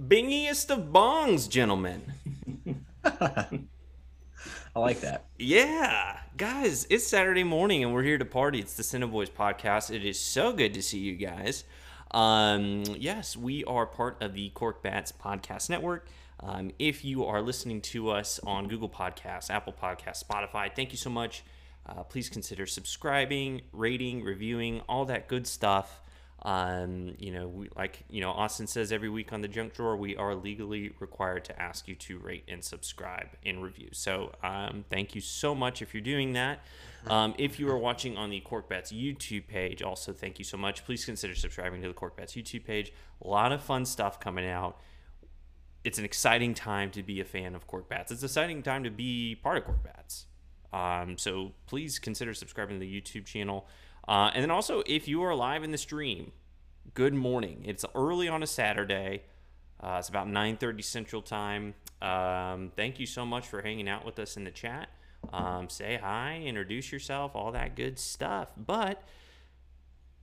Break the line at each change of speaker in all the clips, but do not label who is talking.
bingiest of bongs, gentlemen.
I like that.
Yeah, guys, it's Saturday morning and we're here to party. It's the Cineboys podcast. It is so good to see you guys. Um, yes, we are part of the Cork Bats Podcast Network. Um, if you are listening to us on Google Podcasts, Apple Podcasts, Spotify, thank you so much. Uh, please consider subscribing, rating, reviewing, all that good stuff. Um, you know, we, like you know, Austin says every week on the junk drawer, we are legally required to ask you to rate and subscribe and review. So, um, thank you so much if you're doing that. Um, if you are watching on the Cork Bats YouTube page, also thank you so much. Please consider subscribing to the Cork Bats YouTube page. A lot of fun stuff coming out. It's an exciting time to be a fan of Cork Bats. It's an exciting time to be part of Cork Bats. Um, so please consider subscribing to the YouTube channel. Uh, and then also, if you are live in the stream, good morning. It's early on a Saturday. Uh, it's about 9.30 Central Time. Um, thank you so much for hanging out with us in the chat. Um, say hi, introduce yourself, all that good stuff. But,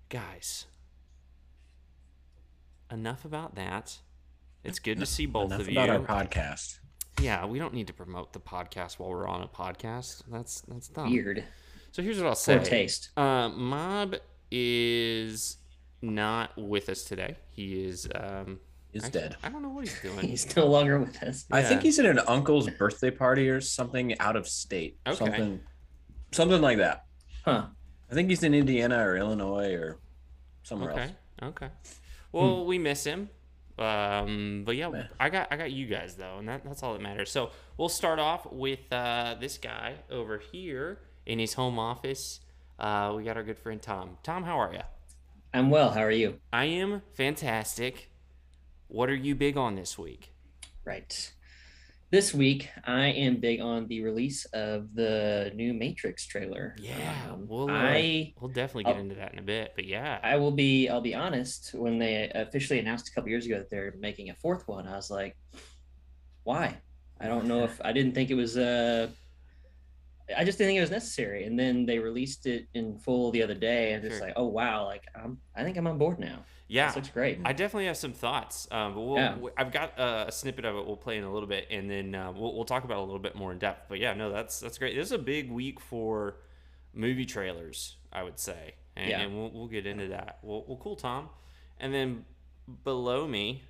guys, enough about that. It's good to see both
Enough
of
about
you.
our podcast.
Yeah, we don't need to promote the podcast while we're on a podcast. That's that's dumb.
Weird.
So here's what I'll say.
Poor taste.
Uh, Mob is not with us today. He is. Um,
He's
actually,
dead.
I don't know what he's doing.
He's no longer with us.
I think
Yeah.
he's at an uncle's birthday party or something out of state.
Okay.
Something, something like that.
Huh.
I think he's in Indiana or Illinois or somewhere
okay.
else.
Okay. Well, we miss him. Um, but yeah,
Meh.
I got I got you guys though, and that, that's all that matters. So we'll start off with uh, this guy over here in his home office. Uh, we got our good friend Tom. Tom, how are you?
I'm well. How are you?
I am fantastic. What are you big on this week?
Right. This week, I am big on the release of the new Matrix trailer.
Yeah,
Um,
we'll, uh,
I
we'll definitely get
Oh.
into that in a bit. But yeah,
I will be. I'll be honest. When they officially announced a couple years ago that they're making a fourth one, I was like, "Why?" I don't know if I didn't think it was. Uh, I just didn't think it was necessary. And then they released it in full the other day, and it's
Sure.
like, "Oh wow!" Like I'm. I think I'm on board now.
yeah,
This looks great.
I definitely have some thoughts. Um, but we'll,
Yeah.
we- I've got uh, a snippet of it. We'll play in a little bit, and then uh, we'll, we'll talk about it a little bit more in depth. But yeah, no, that's that's great. This is a big week for movie trailers, I would say, and,
Yeah.
and we'll, we'll get into that. Well, well, cool, Tom. And then below me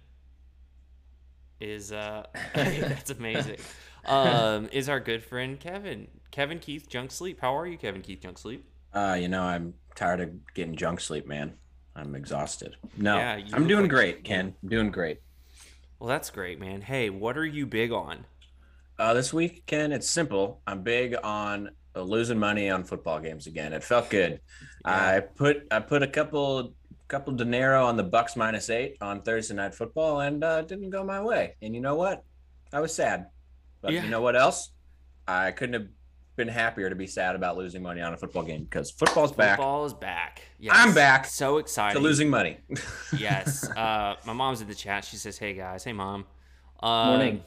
is uh, that's amazing. Um, is our good friend Kevin, Kevin Keith Junk Sleep. How are you, Kevin Keith Junk Sleep?
Uh, you know, I'm tired of getting junk sleep, man. I'm exhausted. No,
Yeah, you
I'm
look
doing
like-
great, Ken. I'm doing great.
Well, that's great, man. Hey, what are you big on?
Uh, this week, Ken, it's simple. I'm big on uh, losing money on football games again. It felt good. I put I put a couple couple dinero on the Bucks minus eight on Thursday night football, and uh, it didn't go my way. And you know what? I was sad. But
Yeah.
you know what else? I couldn't have been happier to be sad about losing money on a football game because football's back
Football is back. Yes.
I'm back
So excited.
to losing money.
yes. Uh, my mom's in the chat. She says, "Hey guys, hey mom." Um,
Morning.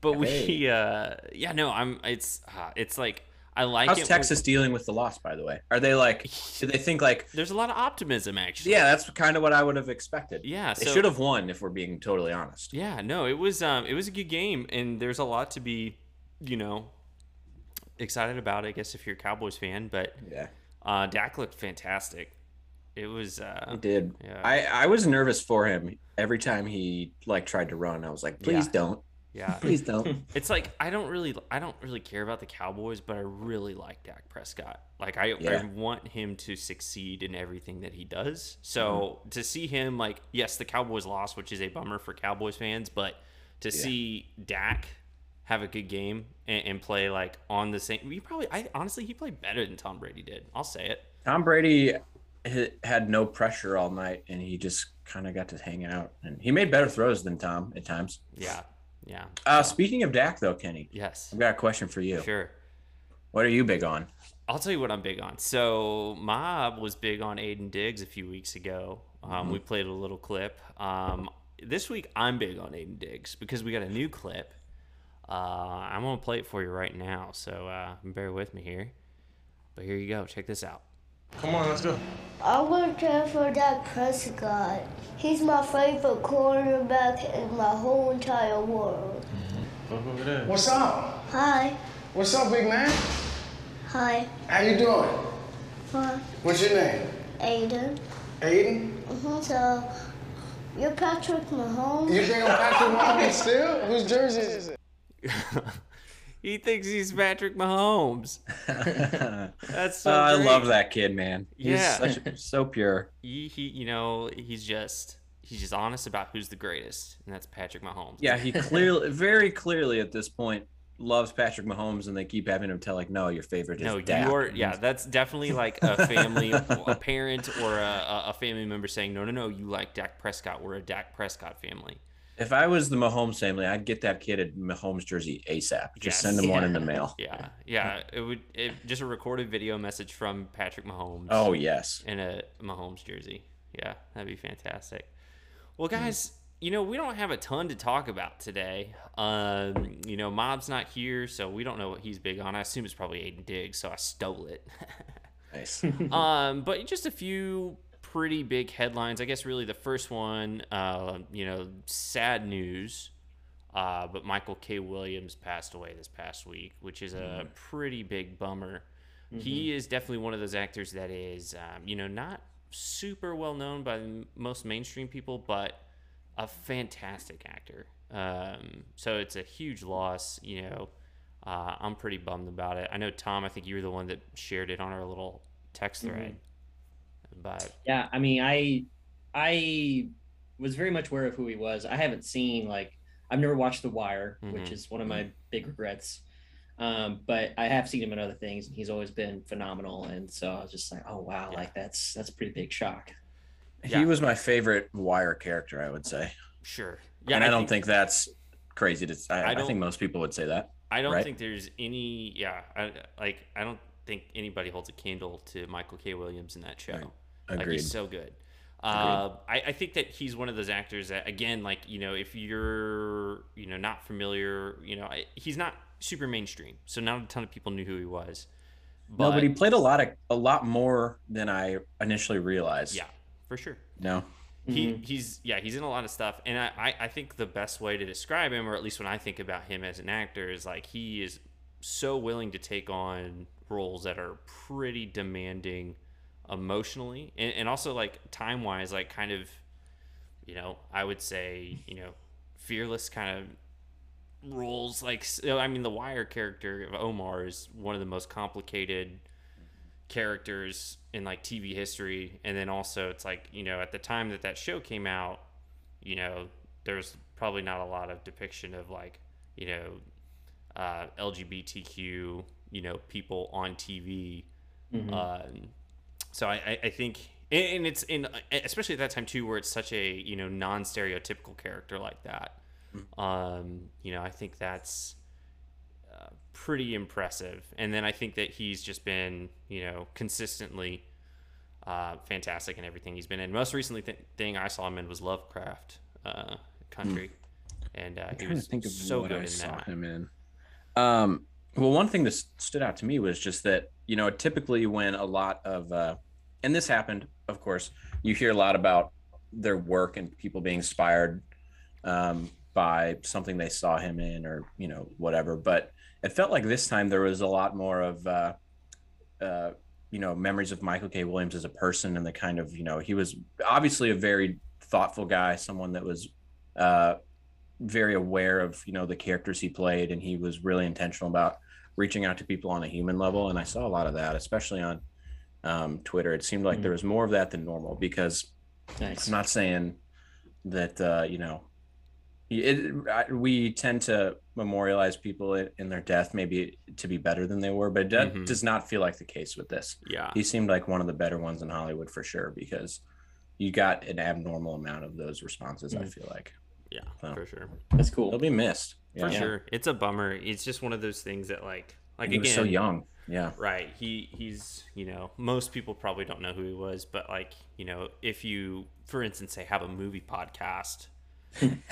But we,
Hey.
uh, yeah, no, I'm. It's uh, it's like I like
How's
it.
Texas dealing with the loss, by the way? Are they like? Do they think like?
There's a lot of optimism, actually.
Yeah, that's kind of what I would have expected.
Yeah.
They
so-
should have won, if we're being totally honest.
Yeah, no, it was um, it was a good game, and there's a lot to be, you know, excited about. I guess if you're a Cowboys fan, but
Yeah,
uh, Dak looked fantastic. It was. Uh,
it did.
yeah.
I I was nervous for him every time he like tried to run. I was like, please
Yeah.
don't,
yeah.
please don't.
It's like I don't really I don't really care about the Cowboys, but I really like Dak Prescott. Like I,
Yeah.
I want him to succeed in everything that he does. So
Mm-hmm.
to see him like yes, the Cowboys lost, which is a bummer for Cowboys fans, but to
Yeah.
see Dak have a good game and, and play like on the same he probably I honestly he played better than Tom Brady did. I'll say it.
Tom Brady h- had no pressure all night, and he just kind of got to hang out. And he made better throws than Tom at times.
Yeah. Yeah.
Uh, speaking of Dak, though, Kenny,
Yes.
I've got a question for you.
Sure.
What are you big on?
I'll tell you what I'm big on. So Mob was big on Aiden Diggs a few weeks ago. Um,
Mm-hmm.
We played a little clip. Um, this week I'm big on Aiden Diggs because we got a new clip. Uh, I'm gonna play it for you right now. So uh, bear with me here. But here you go. Check this out.
Come on, let's go.
I want to play for Dak Prescott. He's my favorite quarterback in my whole entire world.
Look over there.
What's up?
Hi.
What's up, big man?
Hi.
How you doing?
Hi.
What's your name?
Aiden.
Aiden?
hmm So, you're Patrick Mahomes?
You think I'm Patrick Mahomes still? Whose jersey is it?
he thinks he's Patrick Mahomes. That's so
I
great.
love that kid, man. He's
Yeah.
such, so pure.
He, he, you know, he's just he's just honest about who's the greatest, and that's Patrick Mahomes.
Yeah, he clearly, very clearly at this point, loves Patrick Mahomes, and they keep having him tell like, "No, your favorite is
No,
Dak."
you are. Yeah, that's definitely like a family, a parent, or a- a, a family member saying, "No, no, no, you like Dak Prescott. We're a Dak Prescott family."
If I was the Mahomes family, I'd get that kid a Mahomes jersey ASAP. Just
Yes.
send him one in the
Yeah.
mail.
Yeah, yeah. It would it, just a recorded video message from Patrick Mahomes.
Oh yes.
in a Mahomes jersey. Yeah, that'd be fantastic. Well,
Hmm.
guys, you know we don't have a ton to talk about today. Um, you know, Mob's not here, so we don't know what he's big on. I assume it's probably Aiden Diggs, so I stole it.
Nice.
um, but just a few pretty big headlines. I guess really the first one, uh, you know, sad news. Uh, but Michael K. Williams passed away this past week, which is a pretty big bummer. He
Mm-hmm.
is definitely one of those actors that is, um, you know, not super well known by the m- most mainstream people, but a fantastic actor. Um, so it's a huge loss, you know. Uh, I'm pretty bummed about it. I know Tom. I think you were the one that shared it on our little text
Mm-hmm.
thread. But
yeah i mean i i was very much aware of who he was i haven't seen like i've never watched the wire which
Mhm.
is one of my big regrets um, but i have seen him in other things and he's always been phenomenal and so i was just like oh wow
Yeah.
like that's that's a pretty big shock
Yeah.
He was my favorite Wire character, I would say.
sure, yeah.
and I, don't think, that's crazy to. I,
I
I,
don't-
think most people would say that.
I don't
right?
think there's any. Yeah, I, like I don't think anybody holds a candle to Michael K. Williams in that show.
Right.
Like
Agreed.
he's so good. Uh, I, I think that he's one of those actors that, again, like you know, if you're you know not familiar, you know, I, he's not super mainstream, so not a ton of people knew who he was. But,
no, but he played a lot of a lot more than I initially realized.
yeah, for sure.
No.
he he's yeah he's in a lot of stuff and I, I i think the best way to describe him or at least when i think about him as an actor is like he is so willing to take on roles that are pretty demanding emotionally and, and also like time wise like kind of you know i would say you know fearless kind of roles like so, i mean the wire character of omar is one of the most complicated characters in like tv history and then also it's like you know at the time that that show came out you know there's probably not a lot of depiction of like you know uh, lgbtq you know people on tv
Mm-hmm.
Mm.
um, so I, I, I think, and, and it's in especially at that time too, where it's such a you know non stereotypical character like that.
Mm.
Um, you know, I think that's uh, pretty impressive. And then I think that he's just been you know consistently uh, fantastic in everything he's been in. Most recently th- thing I saw him in was Lovecraft uh, Country, and uh, he
Mm. trying to
was
think of
so
what
good
I
in
saw
that.
him in. Um, well, one thing that s- stood out to me was just that you know typically when a lot of uh, and this happened, of course, you hear a lot about their work and people being inspired um, by something they saw him in or you know whatever. But it felt like this time there was a lot more of uh, uh, you know memories of Michael K. Williams as a person and the kind of you know he was obviously a very thoughtful guy, someone that was. Uh, very aware of you know the characters he played and he was really intentional about reaching out to people on a human level and i saw a lot of that especially on um, twitter it seemed like there was more of that than normal because
nice
i'm not saying that uh, you know it, I, we tend to memorialize people in, in their death maybe to be better than they were but that
Mhm.
does not feel like the case with this
Yeah,
he seemed like one of the better ones in hollywood for sure because you got an abnormal amount of those responses i
Mhm.
feel like
yeah,
Wow.
for sure.
that's
they'll
cool
be missed
for
Yeah.
sure it's a bummer it's just one of those things that like like
he
again
was so young. Yeah.
right he he's you know most people probably don't know who he was but like you know if you for instance say have a movie podcast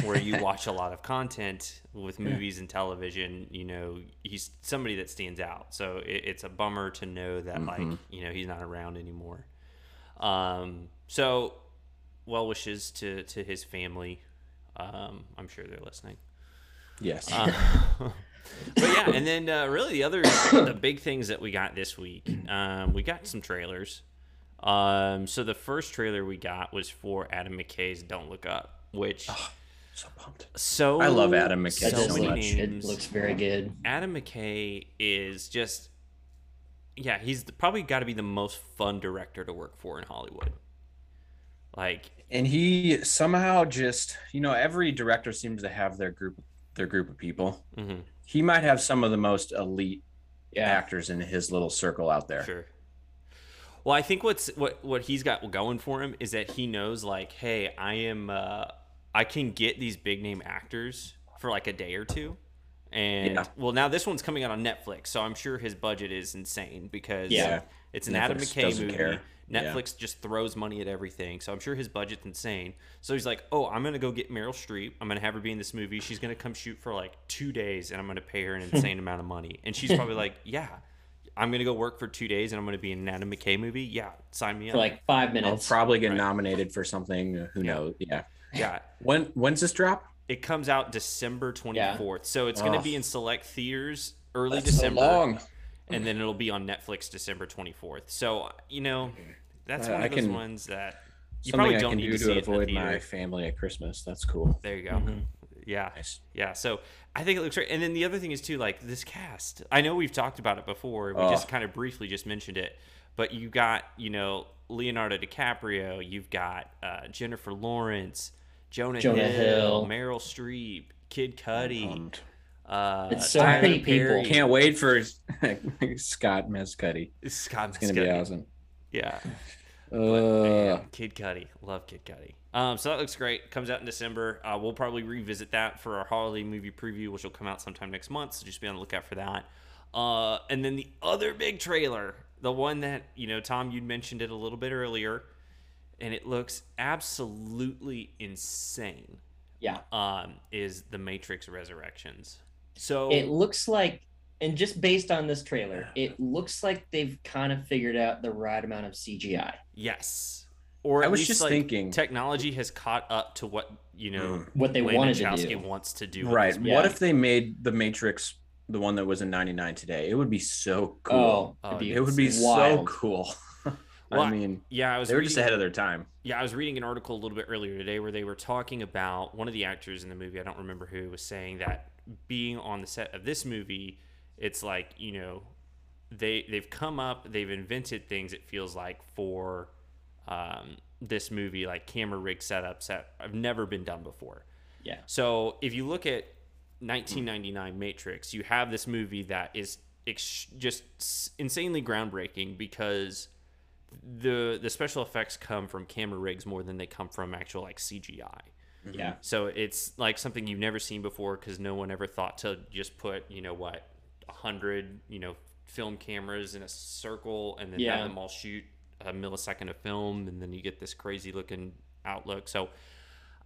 where you watch a lot of content with movies and television, you know, he's somebody that stands out. So it, it's a bummer to know that,
Mm-hmm.
like, you know, he's not around anymore. Um, so well wishes to, to his family. Um, I'm sure they're listening.
Yes.
Uh, Um, But yeah, and then uh, really the other the big things that we got this week, um, we got some trailers. Um, so the first trailer we got was for Adam McKay's "Don't Look Up," which
so pumped.
so
I love Adam McKay
so
It does
so
many
look,
much.
it
names.
looks very good.
Adam McKay is just yeah, he's the, probably got to be the most fun director to work for in Hollywood. Like
and he somehow just you know every director seems to have their group their group of people
mhm,
he might have some of the most elite
Yeah.
actors in his little circle out there
Sure. Well, I think what's what what he's got going for him is that he knows like, hey, I am uh I can get these big name actors for like a day or two. And
Yeah.
well, now this one's coming out on Netflix, so I'm sure his budget is insane because
Yeah.
it's an Adam
Netflix
McKay
doesn't
movie.
care. Yeah.
Netflix just throws money at everything, so I'm sure his budget's insane. So he's like, "Oh, I'm gonna go get Meryl Streep. I'm gonna have her be in this movie. She's gonna come shoot for like two days, and I'm gonna pay her an insane amount of money." And she's probably like, "Yeah, I'm gonna go work for two days, and I'm gonna be in an Adam McKay movie. Yeah, sign me up.
For like five
i'll
minutes.
probably get nominated for something who knows yeah
yeah,
when when's this drop
it comes out December 24th, so it's gonna
Ugh.
be in select theaters early
That's so
December,
long
and then it'll be on Netflix December 24th. So you know, that's
Uh,
one
I
of those
can-
ones that you
something
probably
i
don't
can
need
do
to,
to,
see it
avoid
in the
my
theater.
family at christmas that's cool
There you go.
Mhm.
Yeah.
nice
Yeah, so I think it looks great. And then the other thing is too, like this cast. I know we've talked about it before. and We just
Oh.
kind of briefly just mentioned it, but you got you know Leonardo DiCaprio, you've got uh, Jennifer Lawrence, Jonah,
Jonah
Hill,
Hill. Um,
Meryl Streep, Kid Cudi.
Pumped.
Uh,
It's so many people.
Perry,
Um, can't wait for scott mescuddy
Scott
it's gonna be
Mescuddy.
awesome
Yeah,
uh,
Um, Kid Cudi, love Kid Cudi. Um, so that looks great. Comes out in December. Uh, we'll probably revisit that for our holiday movie preview, which will come out sometime next month. So just be on the lookout for that. Uh, and then the other big trailer, the one that you know, Tom, you'd mentioned it a little bit earlier, and it looks absolutely insane.
Yeah.
Um, is the Matrix Resurrections? So
It looks like, and just based on this trailer, it looks like they've kind of figured out the right amount of CGI.
yes, or
I
at
was
least,
just
like,
thinking-
technology has caught up to what you know.
Mm.
What they
Lana
wanted to
Wachowski
do.
wants to do. with
Right.
this
What
Yeah.
if they made the Matrix the one that was in 99 today? It would be so cool.
Oh,
Oh,
it'd be
it would be so
wild.
cool.
Well,
I mean,
Yeah, I was
they were
reading,
just ahead of their time.
yeah, I was reading an article a little bit earlier today where they were talking about one of the actors in the movie, I don't remember who, was saying that being on the set of this movie, it's like, you know, they they've come up, they've invented things it feels like for um, this movie like camera rig setups that have never been done before.
Yeah.
So if you look at 1999 Matrix, you have this movie that is ex- just s- insanely groundbreaking because the the special effects come from camera rigs more than they come from actual like CGI.
Yeah.
So it's like something you've never seen before because no one ever thought to just put you know what a hundred you know film cameras in a circle and then
Yeah.
have them all shoot a millisecond of film and then you get this crazy looking outlook. So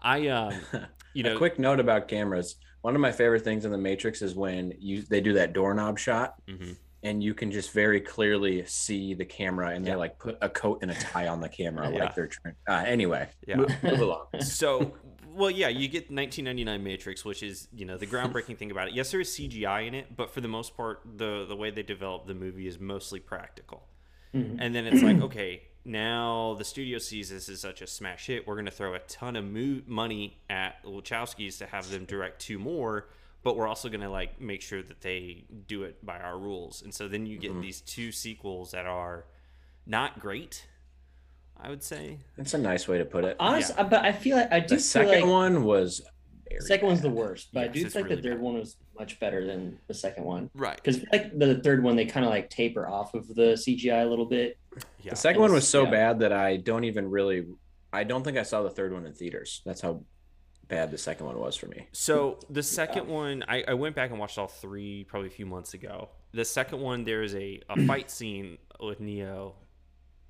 I um you know
A quick note about cameras. One of my favorite things in the Matrix is when you they do that doorknob shot
Mhm.
and you can just very clearly see the camera and
Yeah.
they like put a coat and a tie on the camera
Yeah.
like they're trying. Uh, anyway,
Yeah.
move, move along.
so well yeah you get 1999 matrix which is you know the groundbreaking thing about it yes there is cgi in it but for the most part the the way they develop the movie is mostly practical
Mhm.
and then it's like okay now the studio sees this as such a smash hit we're going to throw a ton of mo- money at wachowski's to have them direct two more but we're also going to like make sure that they do it by our rules and so then you get these two sequels that are not great i would say
That's a nice way to put it.
Honestly, but I feel like I do
The
feel
second
like
one was very
second one's the
bad.
worst, but I
Yes,
do
it's
feel like
really
the third
bad.
one was much better than the second one.
right
Because like the third one, they kind of like taper off of the CGI a little bit.
yeah
The second one was so
Yeah.
bad that I don't even really. I don't think I saw the third one in theaters. That's how bad the second one was for me.
So the second one, I, I went back and watched all three probably a few months ago. The second one, there is a, a fight scene with Neo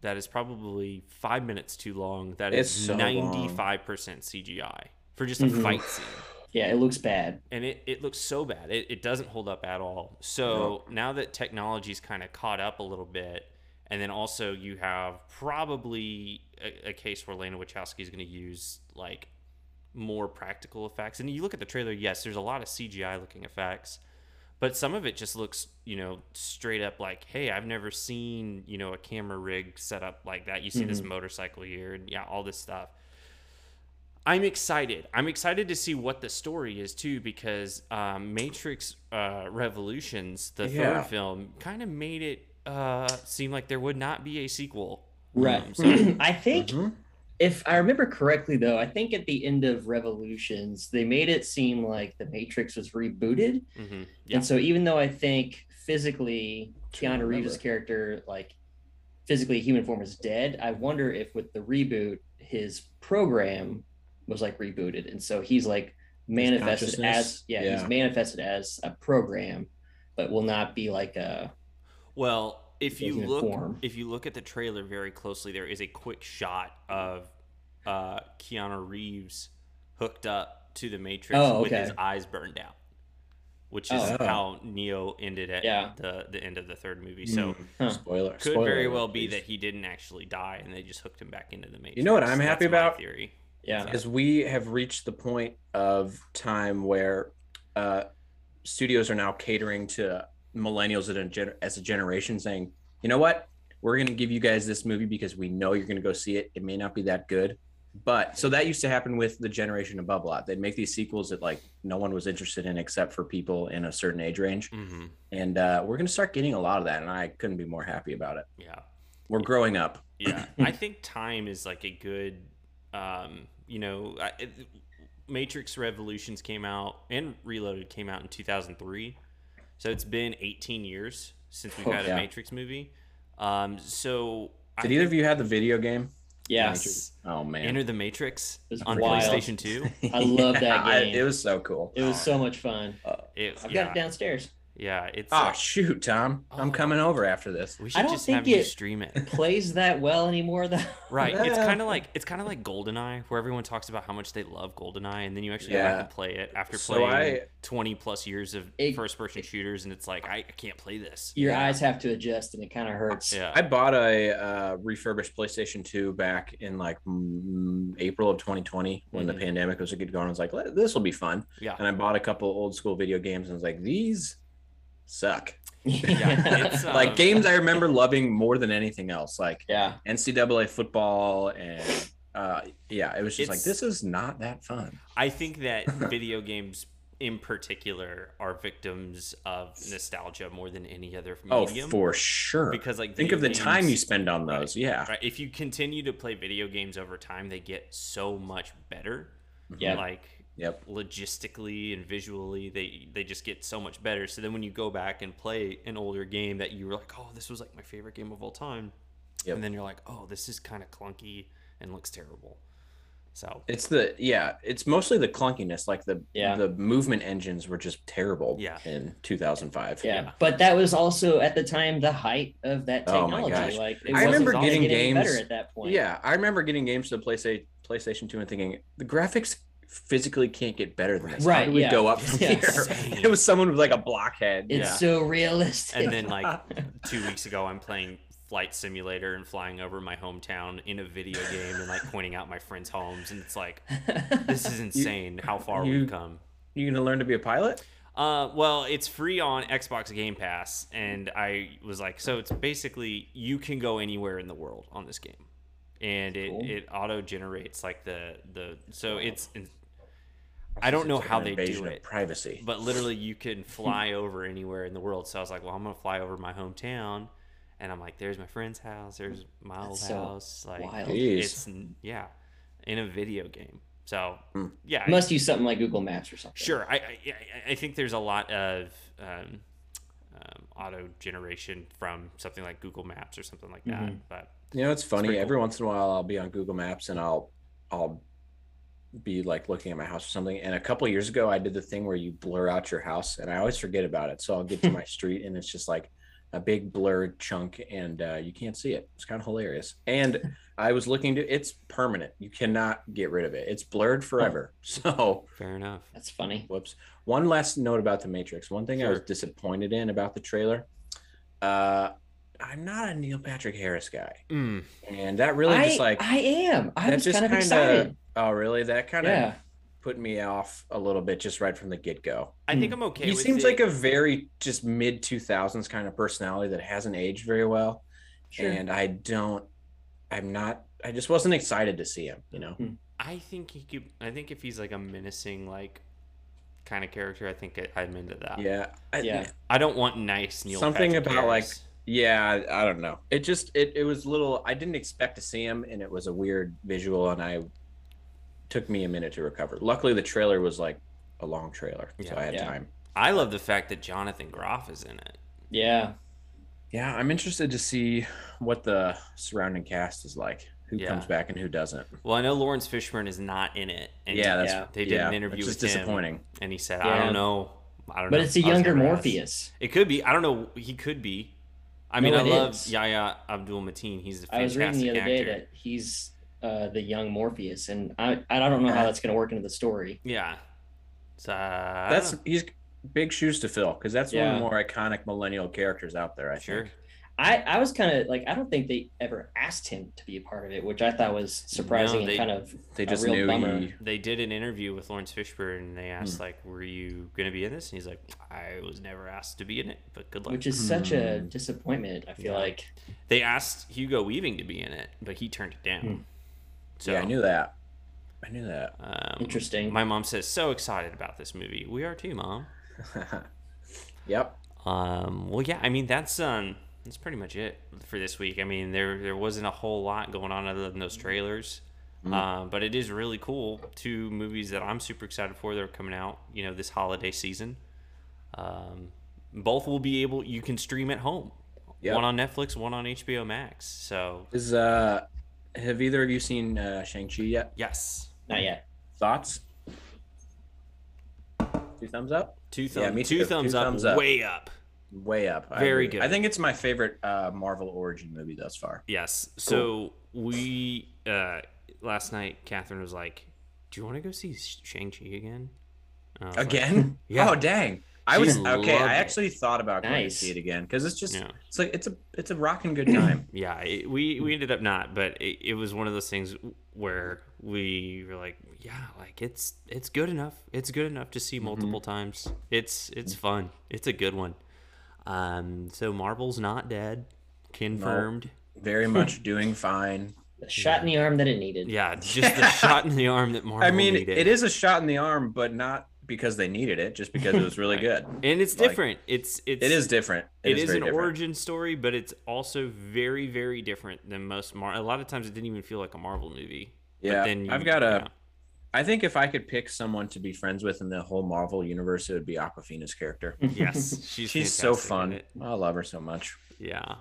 that is probably five minutes too long. That is
It's so long. Mm-hmm.
ninety five percent CGI for just a
Mhm.
fight scene.
Yeah, it looks bad.
And it, it looks so bad. It, it doesn't hold up at all. So now that technology's kind of caught up a little bit, and then also you have probably a, a case where Lana Wachowski is going to use like more practical effects. And you look at the trailer, yes, there's a lot of CGI looking effects, but some of it just looks, you know, straight up like, hey, I've never seen, you know, a camera rig set up like that. You see this motorcycle here and yeah, all this stuff. I'm excited. I'm excited to see what the story is too, because um, Matrix uh, Revolutions, the
Yeah.
third film, kind of made it uh, seem like there would not be a sequel.
Right.
Um, so-
I think
Mm-hmm.
if I remember correctly though, I think at the end of Revolutions, they made it seem like the Matrix was rebooted.
Mhm. Yeah.
And so even though I think physically Keanu Reeves'
remember.
character, like physically human form is dead, I wonder if with the reboot, his program was like rebooted. And so he's like manifested
consciousness?
as yeah,
Yeah.
he's manifested as a program, but will not be like a
Well, if you
Doesn't
look
inform.
if you look at the trailer very closely, there is a quick shot of uh, Keanu Reeves hooked up to the Matrix
Oh,
with his
okay.
eyes burned out, which is
Oh.
how Neo ended at
Yeah.
the the end of the third movie.
Hmm.
So
Huh.
spoiler
could
spoiler
very
alert,
well be
please.
that he didn't actually die, and they just hooked him back into the Matrix.
know what I'm
That's
happy
my
about?
Theory.
yeah.
as we have reached the point of time where uh, studios are now catering to millennials as a, gen- as a generation saying you know what we're going to give you guys this movie because we know you're going to go see it it may not be that good but so that used to happen with the generation above a lot they'd make these sequels that like no one was interested in except for people in a certain age range
hmm
and uh, we're going to start getting a lot of that and i couldn't be more happy about it
Yeah.
we're growing up
yeah i think time is like a good um you know I, it, matrix revolutions came out and reloaded came out in 2003 so it's been 18 years since we've
Oh,
had a
yeah.
matrix movie um so
did
I
either
think-
of you have the video game
Yeah.
Yes.
oh man
enter the matrix
It's
on
wild.
playstation 2
I love that
I-
game.
it was Uh, so cool
It was so much fun.
it,
I've got
yeah,
it downstairs.
yeah it's
Oh
uh,
shoot, Tom! I'm
Oh.
coming over after this.
we
I
should
don't
just
think
have you
it-
stream it
Plays that well anymore though.
Right. It's
Yeah.
kind of like it's kind of like Goldeneye, where everyone talks about how much they love Goldeneye, and then you actually go
Yeah.
back and play it after
So
playing
I-
twenty plus years of
It-
first-person shooters, and it's like I, I can't play this.
Your
Yeah.
eyes have to adjust and it kind of hurts.
Yeah.
I bought a uh, refurbished PlayStation 2 back in like mm, April of 2020 when
Mhm.
the pandemic was a good going. I was like, this will be fun.
yeah.
And I bought a couple old school video games and was like, these suck.
Yeah, it's, uh, Um,
like games I remember loving more than anything else, like
yeah.
NCAA football and uh, yeah, it was just like
It's-
this is not that fun.
I think that video games in particular are victims of nostalgia more than any other medium.
Oh, for sure.
Because like
Think
video
of the time
games-
you spend on those. Yeah.
Right. If you continue to play video games over time, they get so much better.
Yeah.
Like
Yep.
logistically and visually they they just get so much better so then when you go back and play an older game that you were like oh this was like my favorite game of all time
Yep.
and then you're like oh this is kind of clunky and looks terrible so
It's the yeah, it's mostly the clunkiness. Like the
Yeah.
the movement engines were just terrible
Yeah.
in 2005.
Yeah.
Yeah.
but that was also at the time the height of that
Oh
technology.
my gosh.
Like it
I
wasn't
remember
gonna
getting
get any better
games-
at that point.
Yeah, I remember getting games to the PlayStation PlayStation 2 and thinking the graphics physically can't get better than this. How
Right,
do we
yeah.
go up from
Yeah.
here? It was someone with like a blockhead.
it's
Yeah.
so realistic.
and then like two weeks ago i'm playing flight simulator and flying over my hometown in a video game and like pointing out my friends homes and it's like this is insane how far
you-
we've come
You gonna learn to be a pilot?
Uh, well, it's free on Xbox Game Pass, and I was like, so it's basically you can go anywhere in the world on this game, and it,
Cool.
it auto generates like the the so it's. I don't know
It's like
how
an
they
invasion
do
of
it,
privacy.
but literally you can fly over anywhere in the world. So I was like, well, I'm gonna fly over my hometown, and I'm like, there's my friend's house, there's my old
so
house, like
wild.
Jeez.
it's yeah, in a video game. So
Hmm.
yeah, I-
must use something like Google Maps or something.
Sure, I, I I- I think there's a lot of um, um, auto generation from something like Google Maps or something like that.
Mm-hmm.
But
You know, it's funny.
pretty cool.
Every once in a while, I'll be on Google Maps and I'll I'll be like looking at my house or something. And a couple of years ago, I did the thing where you blur out your house, and I always forget about it. So I'll get to my street, and it's just like a big blurred chunk and uh, you can't see it. It's kind of hilarious. And I was looking to it's permanent. You cannot get rid of it. It's blurred forever. So
Fair enough.
That's funny.
Whoops. One last note about the Matrix. One thing I was
Sure.
disappointed in about the trailer. Uh, I'm not a Neil Patrick Harris guy,
Mm.
and that really
I,
just like
I am. I
that
was
just
kind of
kinda-
excited.
oh really that kind of
Yeah.
put me off a little bit just right from the get go.
I think I'm okay.
he
with
seems
it.
like a very just mid 2000s kind of personality that hasn't aged very well,
Sure.
and I don't. I'm not. I just wasn't excited to see him. You know.
I think he could. I think if he's like a menacing, like kind of character, I think I, I'm into that.
Yeah. I-
Uh, Yeah.
I don't want nice Neil.
Something
Patrick
about, like,
Harris.
Yeah, I I don't know. It just it it was little. I didn't expect to see him, and it was a weird visual, and I took me a minute to recover. Luckily, the trailer was like a long trailer, so
Yeah.
I had
Yeah.
time.
I love the fact that Jonathan Groff is in it.
Yeah.
Yeah, I'm interested to see what the surrounding cast is like. Who
Yeah.
comes back and who doesn't?
Well, I know Lawrence Fishburne is not in it. And
yeah, that's
yeah,
they did
yeah,
an interview
It's just
with him,
disappointing.
and he said, "I
Yeah.
don't know, I don't know."
But it's a
I was
younger
never asked."
Morpheus.
It could be. I don't know. He could be. I mean,
No,
I
it
love
is.
Yahya Abdul Mateen. He's a
I was
fantastic
reading the other
actor.
day that he's uh, the young Morpheus, and I I don't know how that's going to work into the story.
Yeah. So, I don't
That's
know.
he's big shoes to fill because that's one of
Yeah.
the more iconic millennial characters out there. I
sure.
think.
I I was kind of like I don't think they ever asked him to be a part of it, which I thought was surprising
they-
and kind of
They
A
just
real
knew
bummer.
he.
They did an interview with Lawrence Fishburne, and they
Hmm.
asked like, "Were you gonna be in this?" And he's like, "I was never asked to be in it, but good luck."
which is such a
Hmm.
disappointment. I feel
Yeah.
like
they asked Hugo Weaving to be in it, but he turned it down.
Hmm.
So
Yeah, I knew that. I knew that.
Um,
interesting.
My mom says so excited about this movie. We are too, mom.
yep.
Um, well, yeah, I mean that's um that's pretty much it for this week. I mean there there wasn't a whole lot going on other than those trailers.
Mm-hmm.
Um, but it is really cool. Two movies that I'm super excited for that are coming out. You know this holiday season. Um, both will be able you can stream at home.
Yep.
One on Netflix, one on HBO Max. So
Is uh, have either of you seen uh, Shang Chi yet?
yes,
Not yet.
Thoughts? Two thumbs up.
two
Yeah,
thumbs
me
two
too.
thumbs,
Two
up,
thumbs up.
way up.
Way up. I
Very
agree.
good.
I think it's my favorite uh, Marvel origin movie thus far.
Yes. So
Cool.
we uh last night, Catherine was like, "Do you want to go see Shang Chi again?" And I was like,
Again?
Yeah.
Oh dang! I
She
was okay.
loved
I
it.
actually thought about going
Nice.
to see it again because it's just
Yeah.
it's like it's a it's a rocking good time.
yeah, it, we
Hmm.
we ended up not, but it, it was one of those things where we were like, "Yeah, like it's it's good enough. It's good enough to
Mm-hmm.
see multiple times. It's it's
Mm.
fun. It's a good one." Um. So Marvel's not dead. Confirmed.
Very much doing fine.
The shot in the arm that it needed.
Yeah, just the shot in the arm that Marvel.
I mean,
needed.
it is a shot in the arm, but not because they needed it, just because it was really good.
and it's
like-
different. it's it's
It is different.
it is,
very
an
different.
origin story, but it's also very, very different than most Mar. A lot of times, it didn't even feel like a Marvel movie. But
Yeah,
then
I've
you-
got
yeah.
a. I think if I could pick someone to be friends with in the whole Marvel universe, it would be Aquafina's character.
Yes, she's
She's so
fantastic in
fun.
it.
I love her so much.
Yeah.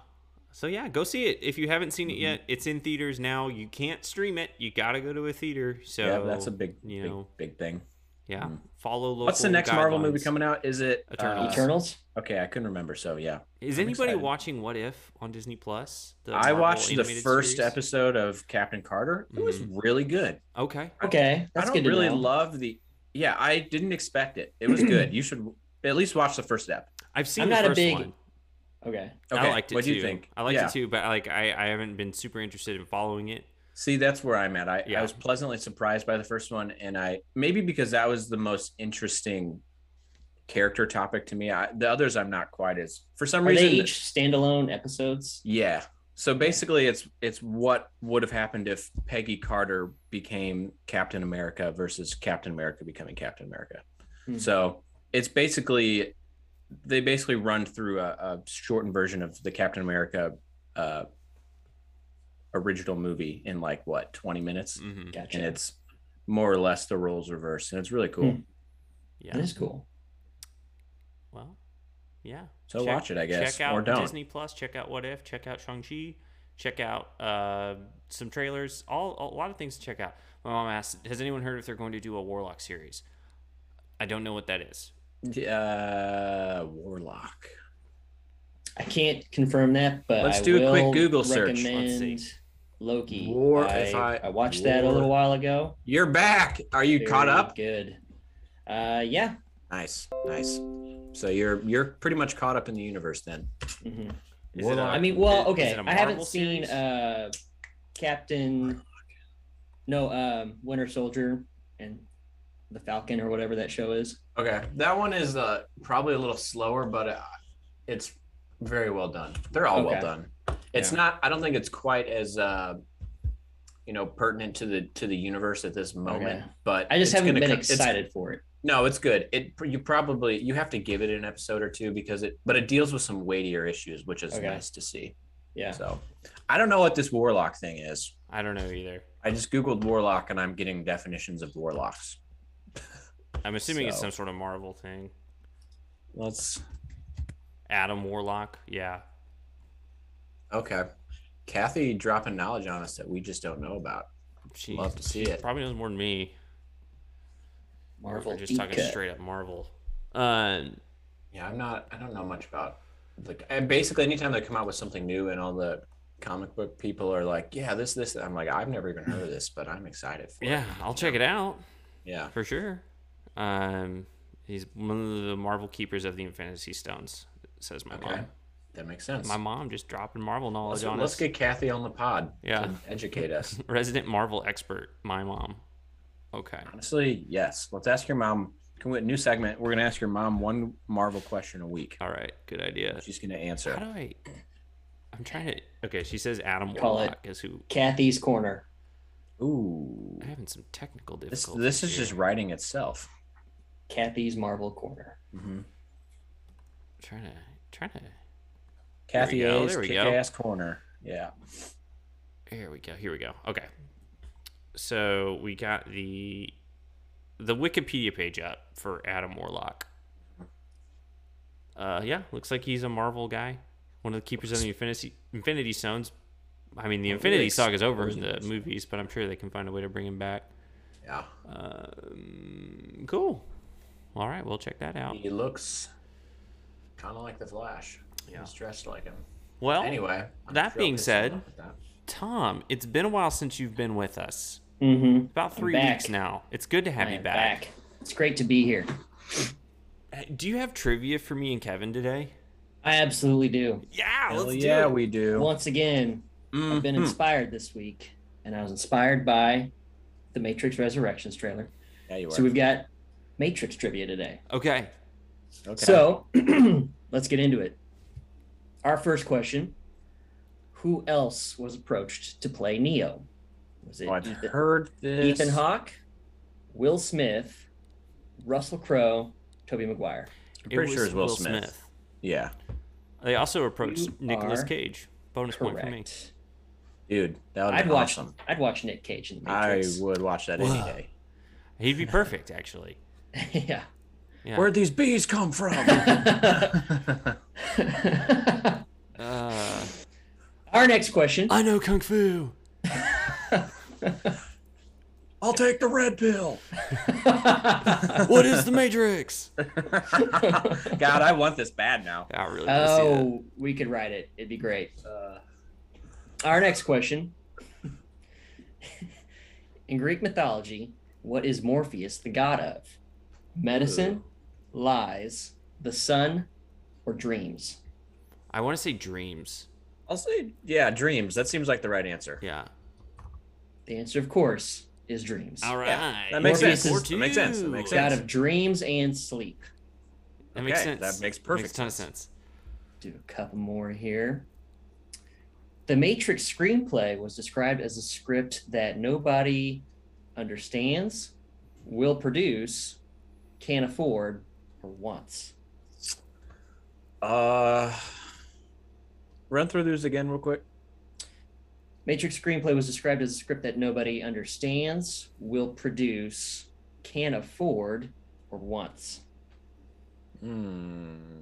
So yeah, go see it if you haven't seen
Mm-hmm.
it yet. It's in theaters now. You can't stream it. You gotta go to a theater. So
yeah, that's a big,
you
big,
know,
big thing.
yeah.
mm.
Follow local.
What's the next Marvel movie
guidelines.
coming out? Is it uh,
Eternals.
Eternals.
Okay, I couldn't remember. So yeah,
Is
I'm
anybody
excited.
watching What If on Disney Plus? The
I
Marvel
watched the
animated
first
series? Mm-hmm.
episode of Captain Carter. It was really good.
Okay.
Okay, that's
I
good
don't
to
really
know.
love the. Yeah, I didn't expect it. It was good. You should at least watch the first step.
I've seen
I'm
the
not a
first
big-
one.
okay,
Okay,
I liked it
what
too.
do you think?
I liked
Yeah.
it too, but like I, I haven't been super interested in following it.
See, that's where I'm at. I,
Yeah.
I was pleasantly surprised by the first one, and I maybe because that was the most interesting character topic to me. I, the others, I'm not quite as for some
are they
reason.
each standalone episodes?
Yeah. So basically, it's it's what would have happened if Peggy Carter became Captain America versus Captain America becoming Captain America.
Hmm.
So it's basically they basically run through a, a shortened version of the Captain America uh, original movie in like what twenty minutes,
hmm
Gotcha.
Mm, and it's more or less the roles reversed, and it's really cool.
Hmm.
Yeah.
that is cool.
Well, yeah.
So watch it, I guess,
Check out
or don't.
Disney Plus. Check out What If. Check out Shang Chi. Check out uh, some trailers. All a lot of things to check out. My mom asked, "Has anyone heard if they're going to do a Warlock series?" I don't know what that is.
Uh, Warlock.
I can't confirm that, but
Let's
I
do a quick
will
Google search. Let's
recommend
see.
Loki.
War,
I,
if I-
I watched that a
War.
little while ago.
You're back. Are you caught
Very
up?
Good. Uh, yeah.
Nice, nice. So you're you're pretty much caught up in the universe then.
Mhm.
Is it a-
I mean,
is-
well,
is
okay.
it a
I haven't
Marvel
seen
series?
uh, Captain, no, um, Winter Soldier and the Falcon or whatever that show is.
Okay, that one is uh, probably a little slower, but uh, it's very well done. They're all well
Okay.
done. It's not. I don't think it's quite as uh, you know pertinent to the to the universe at this moment.
Okay.
But
I just
it's
haven't
gonna
been
co- it's-
excited for it.
no, it's good. It you probably you have to give it an episode or two because it but it deals with some weightier issues, which is
Okay.
nice to see.
Yeah.
So I don't know what this warlock thing is.
I don't know either.
I just googled warlock and I'm getting definitions of warlocks.
I'm assuming it's
So-
some sort of Marvel thing.
Let's
Adam Warlock. Yeah.
okay. Kathy dropping knowledge on us that we just don't know about.
She
Love to see it.
probably knows more than me.
Marvel.
We're just talking
Ika.
straight up Marvel. Uh,
Yeah, I'm not. I don't know much about. Like, and basically, anytime they come out with something new, and all the comic book people are like, "Yeah, this, this," I'm like, "I've never even heard of this, but I'm excited for
yeah,
it."
I'll check it out
Yeah,
for sure. Um, he's one of the Marvel keepers of the Infinity Stones. Says my
Okay,
mom.
that makes sense.
My mom just dropping Marvel knowledge
let's,
on
let's
us.
get Kathy on the pod.
Yeah.
to educate us.
Resident Marvel expert. My mom. Okay.
Honestly, yes. Let's ask your mom. Can we new segment? We're gonna ask your mom one Marvel question a week.
All right. Good idea.
She's gonna
How
answer.
do I? I'm trying to. Okay, she says Adam
Call it.
Warlock is who.
Kathy's corner.
Ooh,
I'm having some technical
this
difficulties.
this is
here.
just writing itself.
Kathy's Marvel corner.
hmm
trying to trying to.
Kathy
go,
A's
there we
kick
go.
ass corner. Yeah.
Here we go. Here we go. Okay. So we got the the Wikipedia page up for Adam Warlock. Uh, yeah, looks like he's a Marvel guy, one of the keepers of the Infinity Infinity Stones. I mean, the
Well,
Infinity
Felix
Saga is over in the
Rosenquist.
movies, but I'm sure they can find a way to bring him back.
Yeah.
Um, cool. All right, we'll check that out.
He looks kind of like the Flash.
Yeah.
He's dressed like him.
Well,
anyway,
that
sure
being
I'll piss
said-
him off with that.
Tom, it's been a while since you've been with us.
Mm-hmm.
About three
back.
weeks now. It's good to have you back. Uh,
back. It's great to be here.
Do you have trivia for me and Kevin today?
I absolutely do.
Yeah,
Hell yeah, we do.
Once again,
Mm-hmm.
I've been
Mhm.
inspired this week, and I was inspired by the Matrix Resurrections trailer.
Yeah, you are.
So we've got Matrix trivia today.
Okay.
okay.
So let's get into it. Our first question Who else was approached to play Neo? Was it
Oh, I've
Ethan,
heard this.
Ethan Hawke, Will Smith, Russell Crowe, Toby Maguire?
I'm pretty sure it's Will, Smith. Yeah,
They also approached
You
Nicolas
are
Cage. Bonus point for me.
Correct.
dude, that would
I'd
be
watch
awesome.
I'd watch Nick Cage in the
I
Matrix.
would watch that any
Whoa.
day.
He'd be perfect, actually.
yeah.
Yeah.
Where'd these bees come from?
Uh,
Our next question.
I know kung fu.
I'll take the red pill.
What is the Matrix?
God, I want this bad now.
I really want to see
oh, we could write it. It'd be great. Uh, Our next question. In Greek mythology, what is Morpheus the god of? Medicine, lies, the sun, or dreams?
that. I want to say dreams.
I'll say, yeah, dreams. That seems like the right answer.
Yeah.
The answer, of course, is dreams.
All right.
Yeah, that makes
Morpheus
sense.
is-
That makes sense. That makes
God
sense.
of dreams and sleep.
That makes
Okay,
sense.
that makes perfect
makes a ton of sense.
do a couple more here. The Matrix screenplay was described as a script that nobody understands, will produce, can afford, or wants.
Uh, run through those again real quick.
Matrix screenplay was described as a script that nobody understands, will produce, can afford, or wants.
Hmm.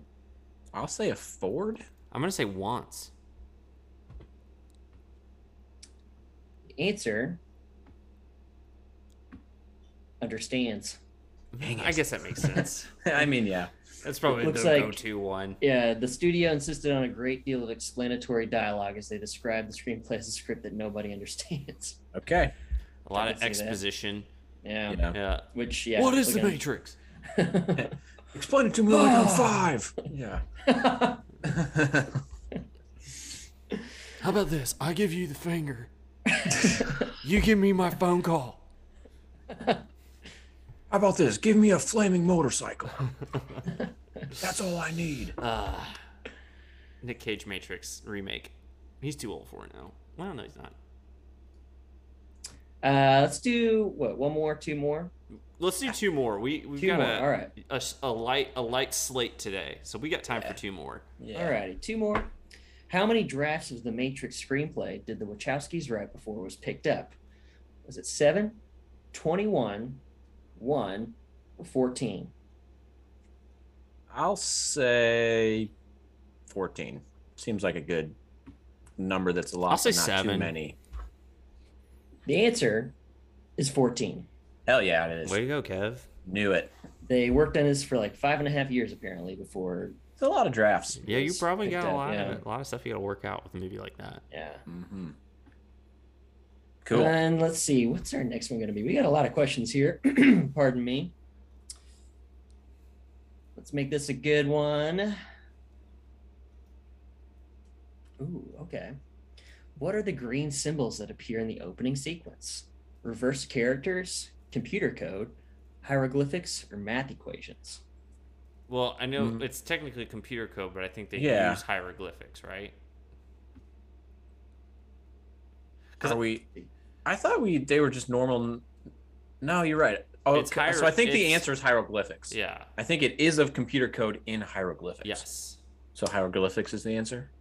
I'll say a Ford.
I'm gonna say wants.
The answer understands.
I guess that makes sense.
I mean, yeah.
That's probably
Looks
the
like-
go-to one.
Yeah, the studio insisted on a great deal of explanatory dialogue as they described the screenplay as a script that nobody understands.
Okay.
A lot
I
of
can see that.
exposition.
Yeah.
You know.
Yeah.
Which yeah.
what is the
again-
Matrix?
Explain it to me like I'm five. Ah. Yeah.
How about this? I give you the finger. you give me my phone call.
How about this? Give me a flaming motorcycle. That's all I need.
Nick Cage Matrix remake. He's too old for it now. Well, no, he's not.
Uh, let's do what? One more, two more,
Let's
Ah.
do two more. We we've
two
got
more.
a,
All right.
a s- a light a light slate today, so we got time for two more.
All righty, two more. How many drafts of the Matrix screenplay did the Wachowskis write before it was picked up? Was it seven, 21, 1, or 14?
I'll say 14. Seems like a good number that's a lot.
I'll say
but not Too
seven.
many.
The answer is 14.
Hell yeah, it is.
to go, Kev.
Knew it.
They worked on this for like five and a half years apparently before.
It's a lot of drafts.
Yeah, you
It's
probably
picked
got a
up,
lot
yeah.
of a lot of stuff you got to work out with a movie like that.
Yeah.
Mm-hmm. Cool.
And let's see, what's our next one going to be? We got a lot of questions here. Pardon me. Let's make this a good one. Ooh, okay. What are the green symbols that appear in the opening sequence? Reverse characters, computer code, hieroglyphics, or math equations?
Well, I know
Mm-hmm.
Mhm.
it's technically computer code, but I think they
Yeah.
use hieroglyphics, right? Uh,
Are we? I thought we they were just normal. No, you're right. Oh,
It's
okay.
hiero-
so I think the
it's-
answer is hieroglyphics.
Yeah.
I think it is of computer code in hieroglyphics.
Yes.
So hieroglyphics is the answer.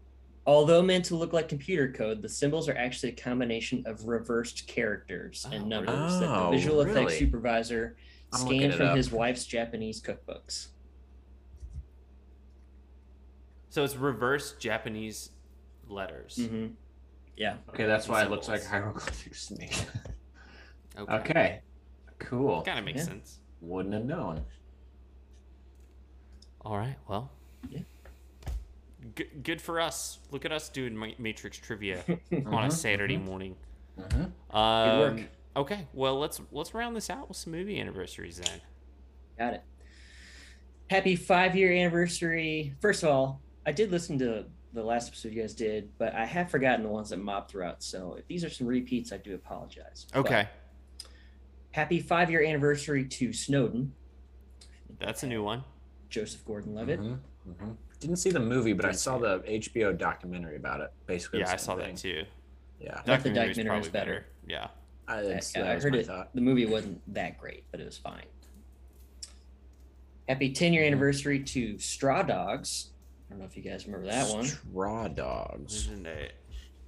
Although meant to look like computer code, the symbols are actually a combination of reversed characters
Oh,
and numbers that the
really?
visual effects
Really?
supervisor
I'm looking
scanned
it
from
up.
his wife's Japanese cookbooks.
So it's reverse Japanese letters.
hmm Yeah.
Okay, that's why it
Symbols.
looks like hieroglyphics to me.
Okay.
okay, cool.
Kind of makes
Mm-hmm. Uh, Yeah.
sense.
Wouldn't have known.
All right. Well.
Yeah.
Good, good for us. Look at us doing Ma- Matrix trivia
Uh-huh,
on a Saturday morning. Um,
work.
Okay. Well, let's let's round this out with some movie anniversaries then.
Got it. Happy five year anniversary. First of all, I did listen to the last episode you guys did, but I have forgotten the ones that mopped throughout. So if these are some repeats, I do apologize. But
Okay.
happy five year anniversary to Snowden,
That's a new one.
Joseph Gordon Levitt.
Mm-hmm. Didn't see the movie, but I saw the HBO documentary about it. Basically, the
Yeah, I
same
saw
thing.
that too.
Yeah,
thought the
Documentary's
documentary was
probably
better.
Yeah.
I,
I,
that's,
I
that was
heard
my
it.
thought.
The movie wasn't that great, but it was fine. Happy 10
Mm-hmm.
year anniversary to Straw Dogs. I don't know if you guys remember that one.
Straw Dogs.
Isn't it?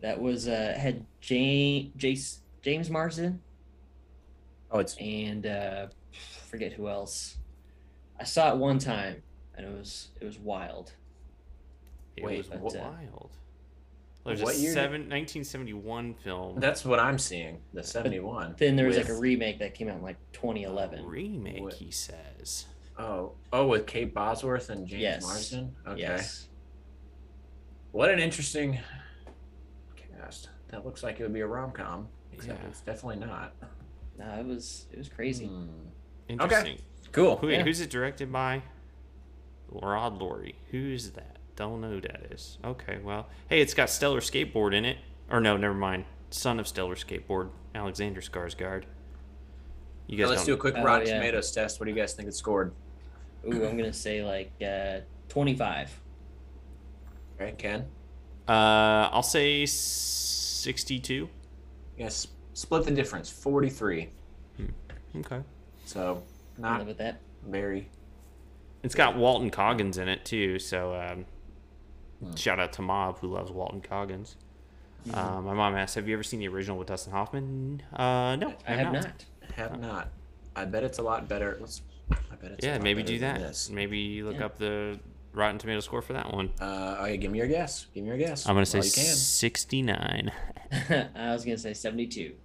That was uh, had James Jace, James Marsden Mm-hmm.
Oh, it's
and uh, forget who else. I saw it one time, and it was it was wild.
It
Wait,
was
but,
wild.
uh,
There's
what
a
year did-
seven, 1971 film
that's what I'm seeing. The '71.
Then there was like a
with-
remake that came out in like 2011.
remake.
What?
He says.
Oh, oh, with Kate Bosworth and James
Yes.
Marsden. Okay.
Yes,
What an interesting cast. That looks like it would be a rom com, except
Yeah.
it's definitely not.
no, it was it was crazy.
Hmm.
Interesting.
Cool.
Who,
Yeah.
Who's it directed by? Rod Laurie. Who's that? Don't know who that is. Okay, well, hey, it's got Stellar Skateboard in it. Or no, never mind. Son of Stellar Skateboard, Alexander Skarsgård. You
Yeah,
guys
let's do a
don't-
quick
Oh,
Rotten
yeah.
Tomatoes test. What do you guys think it scored?
Ooh, I'm gonna say like uh, 25.
Okay, Ken.
Uh, I'll say sixty-two.
Yes. Split the difference. Forty-three.
Okay.
So
I'm in
not
love with that.
very.
It's got Walton Coggins in it too, so um,
Hmm.
shout out to Mob who loves Walton Coggins. Uh, my mom asked, "Have you ever seen the original with Dustin Hoffman?" Uh, no,
I
I've
have not.
Have not. I bet it's a lot better. Let's. I bet it's. a
Oh. Yeah,
lot
maybe
better
do
than
that.
This.
Maybe look
Yeah.
up the Rotten Tomato score for that one.
Uh, okay, give me your guess. Give me your guess.
I'm gonna
All
say
you can.
69.
I was gonna say 72.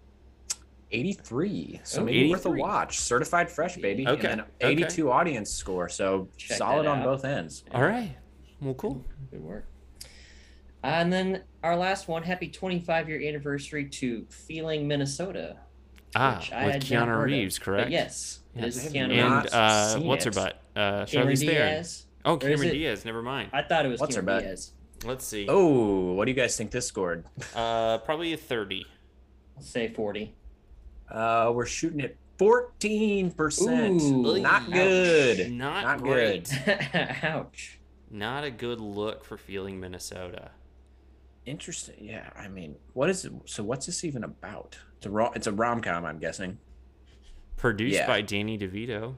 83. So
Oh,
maybe worth a
83.
watch. Certified fresh, baby.
Okay,
And then
okay.
82 audience score. So
Check
solid
that
on
out.
both ends.
All right. Well, cool.
Good work. Uh, and then our last one, happy 25 year anniversary to Feeling Minnesota.
Ah,
which I
with
had not
Keanu
heard of,
Reeves,
but
correct?
yes, it
Yes.
is
I have
Keanu
not
And
Reeves.
uh,
seen
what's her
it.
butt? Uh,
Cameron
Charlize Theron.
Diaz.
Oh,
Or is
Cameron
it-
Diaz. Never mind.
I thought it was
What's her
Cameron
bet?
Diaz.
Let's see.
Oh, what do you guys think this scored?
Uh, probably a thirty.
I'll say 40.
Uh, we're shooting at 14%.
Ooh.
Not
Ouch.
good.
Not,
Not
great.
good.
Ouch.
Not a good look for feeling Minnesota.
Interesting. Yeah, I mean, what is it? So what's this even about? It's a rom, it's a rom-com, I'm guessing.
Produced
Yeah.
by Danny DeVito.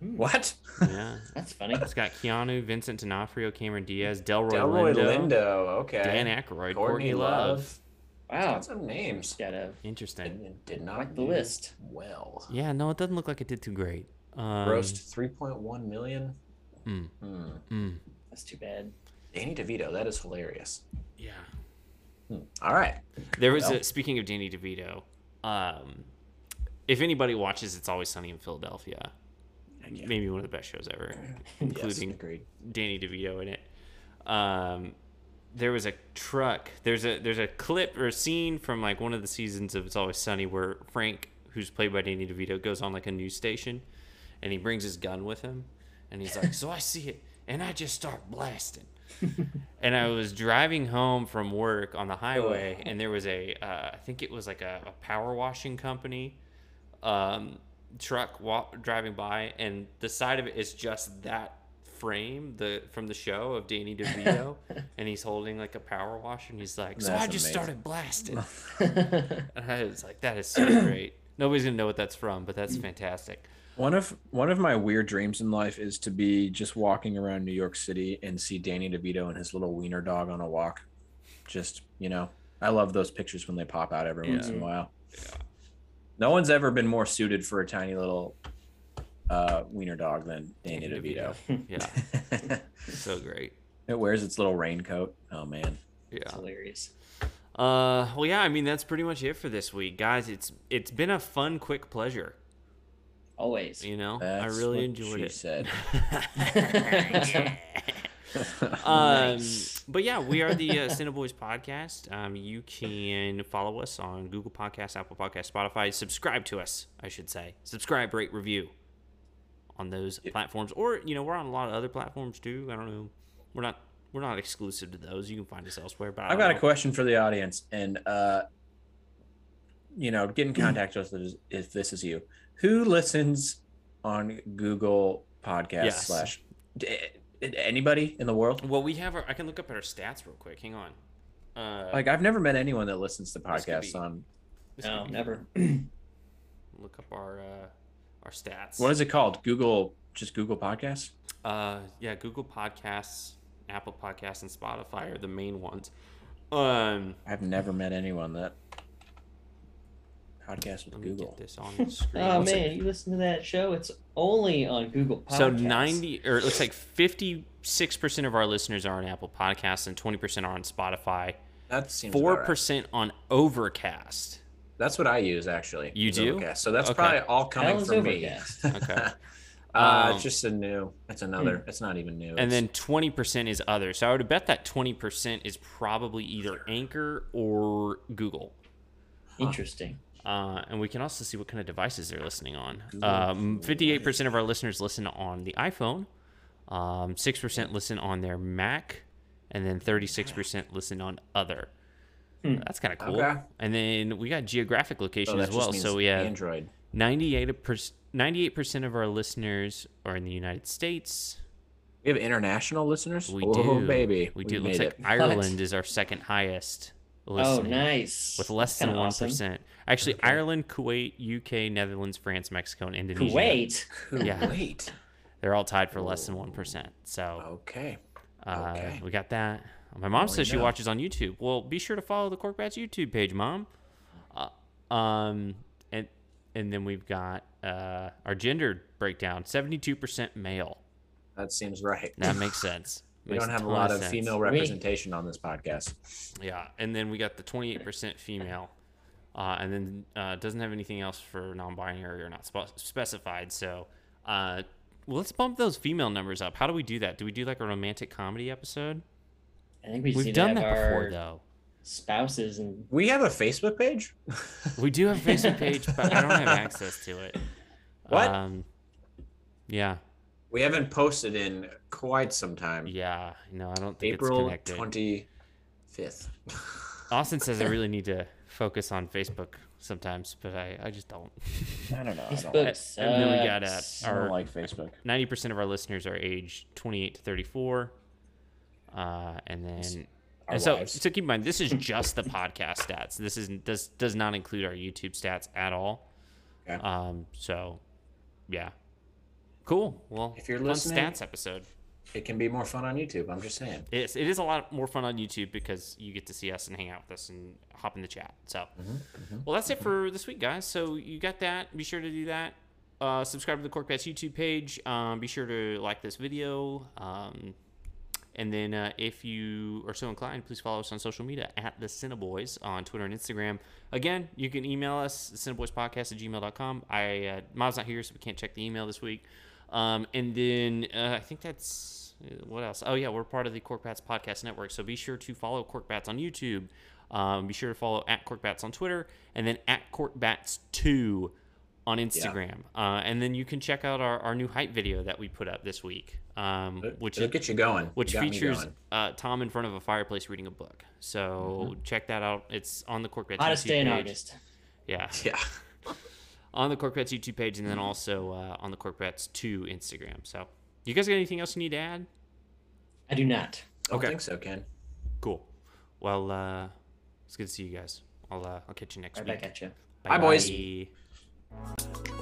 Hmm.
What?
Yeah.
That's funny.
it's got Keanu, Vincent D'Onofrio, Cameron Diaz, Delroy,
Delroy
Lindo,
Lindo. Okay.
Dan Aykroyd, Courtney,
Courtney
Love.
Love.
Wow.
Got some names.
Got a
Interesting.
It did not
like the
do
list.
Well,
Yeah, no, it doesn't look like it did too great. Um,
grossed 3.1 million.
Mm.
Hmm.
mm,
That's too bad.
Danny DeVito, that is hilarious.
yeah.
Hmm. All right.
There was
Well.
a, speaking of Danny DeVito. Um, if anybody watches, it's always sunny in Philadelphia. Maybe one of the best shows ever, including
Yes, agreed.
Danny DeVito in it. Um, there was a truck. There's a there's a clip or a scene from like one of the seasons of It's Always Sunny where Frank, who's played by Danny DeVito, goes on like a news station, and he brings his gun with him, and he's like, "So I see it, and I just start blasting." and I was driving home from work on the highway,
Oh.
and there was a uh, I think it was like a, a power washing company um, truck wa- driving by, and the side of it is just that frame the from the show of Danny DeVito, and he's holding like a power washer, and he's like, "So I
That's
just
amazing.
started blasting," and I was like, "That is so great." Nobody's gonna know what that's from, but
Mm.
that's fantastic.
One of one of my weird dreams in life is to be just walking around New York City and see Danny DeVito and his little wiener dog on a walk. Just you know, I love those pictures when they pop out every once in a while. No one's ever been more suited for a tiny little uh, wiener dog than Danny
Danny
DeVito.
Yeah, so great.
it wears its little raincoat. Oh man,
Yeah.
It's hilarious.
Uh, well, yeah. I mean, that's pretty much it for this week, guys. It's it's been a fun, quick pleasure.
Always.
You know, I
That's
really
what
enjoyed
she
it.
said.
um, But yeah, we are the uh, Cineboys podcast. Um, you can follow us on Google Podcasts, Apple Podcasts, Spotify. Subscribe to us, I should say. Subscribe, rate, review on those platforms, or you know, we're on a lot of other platforms too. I don't know. We're not we're not exclusive to those. You can find us elsewhere. But I
I've
don't
got a
know.
question for the audience, and uh, you know, get in contact with us if this is you. Who listens on Google Podcast
Yes.
slash d- eh, anybody in the world?
Well, we have our. I can look up at our stats real quick. Hang on. Uh,
Like, I've never met anyone that listens to
This could
podcasts
be-
on
this
No,
could be-
never. Oh,
Look up our uh, our stats.
what is it called? Google, just Google Podcasts.
Uh, yeah, Google Podcasts, Apple Podcasts, and Spotify are the main ones. Um,
I've never met anyone that podcast with
let me
Google.
get this on the screen.
Oh
Let's see.
man, you listen to that show? It's only on Google Podcasts.
So ninety, or it looks like fifty-six percent of our listeners are on Apple Podcasts and twenty percent are on Spotify.
That seems about
Four
right.
percent on Overcast.
That's what I use actually.
You
is
do?
Overcast. So that's
Okay.
probably all
Hell
coming
is
from me.
Overcast.
Okay.
uh,
Um, hmm.
it's just a new. It's another. It's not even new.
and
it's-
then 20% is other. So I would bet that 20% is probably either Anchor or Google.
Interesting.
Uh, and we can also see what kind of devices they're listening on. Um, 58% of our listeners listen on the iPhone, um, 6% listen on their Mac, and then 36% listen on other. That's kind of cool.
Hmm. Okay. Oh,
And then we got geographic location
that
as
just
well.
means
So we have
Android.
98%, 98% of our listeners are in the United States.
We have international listeners.
We
oh,
do.
baby.
We
We've
do. It looks
made
like
it.
Ireland is our second highest
Oh,
listening.
nice.
With less
That's
than
kinda
one
awesome.
Actually, Ireland, Kuwait, UK, Netherlands, France, Mexico, and Indonesia.
Kuwait.
Yeah.
Wait.
They're all tied for less than one percent. So
Okay.
uh,
Oh, okay.
we got that. My mom says she
know.
watches on YouTube. Well, be sure to follow the Cork Bats YouTube page, mom. Uh, um, and and then we've got uh, our gender breakdown: seventy-two percent male.
That seems right.
That makes sense.
we
Makes
don't have a
ton
lot of
sense.
female representation on this podcast.
Yeah, and then we got the twenty-eight percent female. uh, and then uh, doesn't have anything else for non-binary or not spe- specified. So, uh, well, let's bump those female numbers up. How do we do that? Do we do like a romantic comedy episode?
I think we just
We've
need
done
to
that
have our
before, though.
spouses and
We have a Facebook page.
We do have a Facebook page, but I don't have access to it.
What?
Um, yeah,
we haven't posted in quite some time.
yeah. No, I don't think
April
it's connected.
twenty fifth.
Austin says I really need to focus on Facebook sometimes, but I, I just don't.
I don't know. I don't,
Facebook sucks.
And then we got uh,
I don't
our
like Facebook.
90% of our listeners are age 28 to 34. Uh, and then,
Our
and so,
wives.
so keep in mind, this is just the podcast stats. This is this does not include our YouTube stats at all.
Okay.
Um, so yeah, cool. Well,
If you're
fun
listening-
stats episode.
It can be more fun on YouTube. I'm just saying.
It's, it is a lot more fun on YouTube because you get to see us and hang out with us and hop in the chat. So, well, that's it for this week, guys. So you got that. Be sure to do that. Uh, subscribe to the Corkbats YouTube page. Um, be sure to like this video. Um, and then uh, if you are so inclined, please follow us on social media at the Cineboys on Twitter and Instagram. Again, you can email us, cineboyspodcast at gmail.com. I, uh, Mob's not here, so we can't check the email this week. Um, and then uh, I think that's uh, what else? Oh, yeah, we're part of the Corkbats Podcast Network. So be sure to follow Corkbats on YouTube. Um, be sure to follow at Corkbats on Twitter and then at Corkbats2 on Instagram. Uh, and then you can check out our, our new hype video that we put up this week, um, which
It'll
is
get you going.
which
You got me
features
going.
uh, Tom in front of a fireplace reading a book. So check that out. It's on the Corkbats
hottest
YouTube
day in
page.
August.
Yeah,
Yeah.
on the Corkbats YouTube page, and then also uh, on the Corkbats Two Instagram. So you guys got anything else you need to add?
I do not.
Okay.
Okay.
I think so, Ken.
Cool. Well, uh, it's good to see you guys. I'll uh, I'll catch you next
Right
week.
back at you.
Bye, boys.
Bye.